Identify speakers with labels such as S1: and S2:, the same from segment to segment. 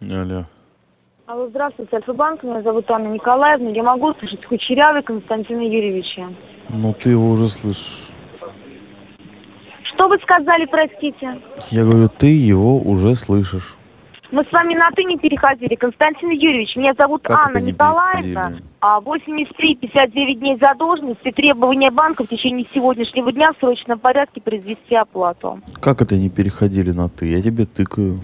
S1: Алло.
S2: Алло, здравствуйте, Альфа-банк, меня зовут Анна Николаевна. Я могу услышать Кучерявый Константина Юрьевича.
S1: Ну ты его уже слышишь.
S2: Что вы сказали, простите?
S1: Я говорю, ты его уже слышишь.
S2: Мы с вами на «ты» не переходили. Константин Юрьевич, меня зовут
S1: Как это
S2: Анна
S1: не
S2: Николаевна.
S1: переходили?
S2: А 83-59 дней задолженности. Требования банка в течение сегодняшнего дня в срочном порядке произвести оплату.
S1: Как это не переходили на ты? Я тебе тыкаю.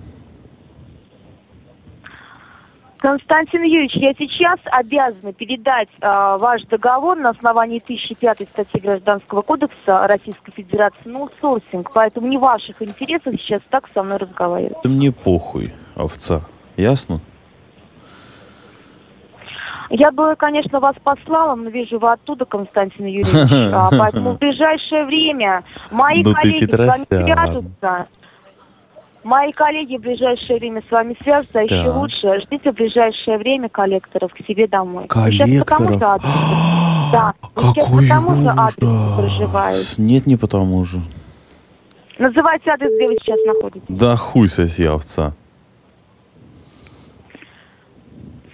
S2: Константин Юрьевич, я сейчас обязана передать э, ваш договор на основании 1005 статьи Гражданского кодекса Российской Федерации на аутсорсинг, поэтому не в ваших интересах сейчас так со мной разговаривать.
S1: Да мне похуй, овца. Ясно?
S2: Я бы, конечно, вас послала, но вижу вы оттуда, Константин Юрьевич, а, поэтому в ближайшее время мои
S1: Ну ты
S2: коллеги с вами
S1: Петросян.
S2: свяжутся. Мои коллеги в ближайшее время с вами свяжутся, а еще
S1: Так.
S2: лучше ждите в ближайшее время коллекторов к себе домой. Ну, Сейчас потому
S1: Коллекторов.
S2: что адрес Да, вы сейчас
S1: Какой
S2: потому же
S1: ужас.
S2: адрес проживаете.
S1: Нет, не потому же.
S2: Называйте адрес, где вы сейчас находитесь.
S1: Да хуй соси, овца.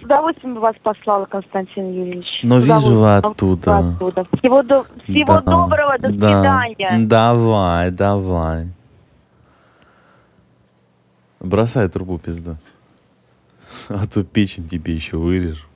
S2: С удовольствием бы вас послала, Константин Юрьевич.
S1: Но
S2: С
S1: вижу
S2: удовольствием.
S1: вы
S2: Но
S1: оттуда.
S2: вы оттуда. Всего, до- всего
S1: Да,
S2: доброго,
S1: да.
S2: до свидания.
S1: Давай, давай. Бросай трубу, пизда. А то печень тебе еще вырежу.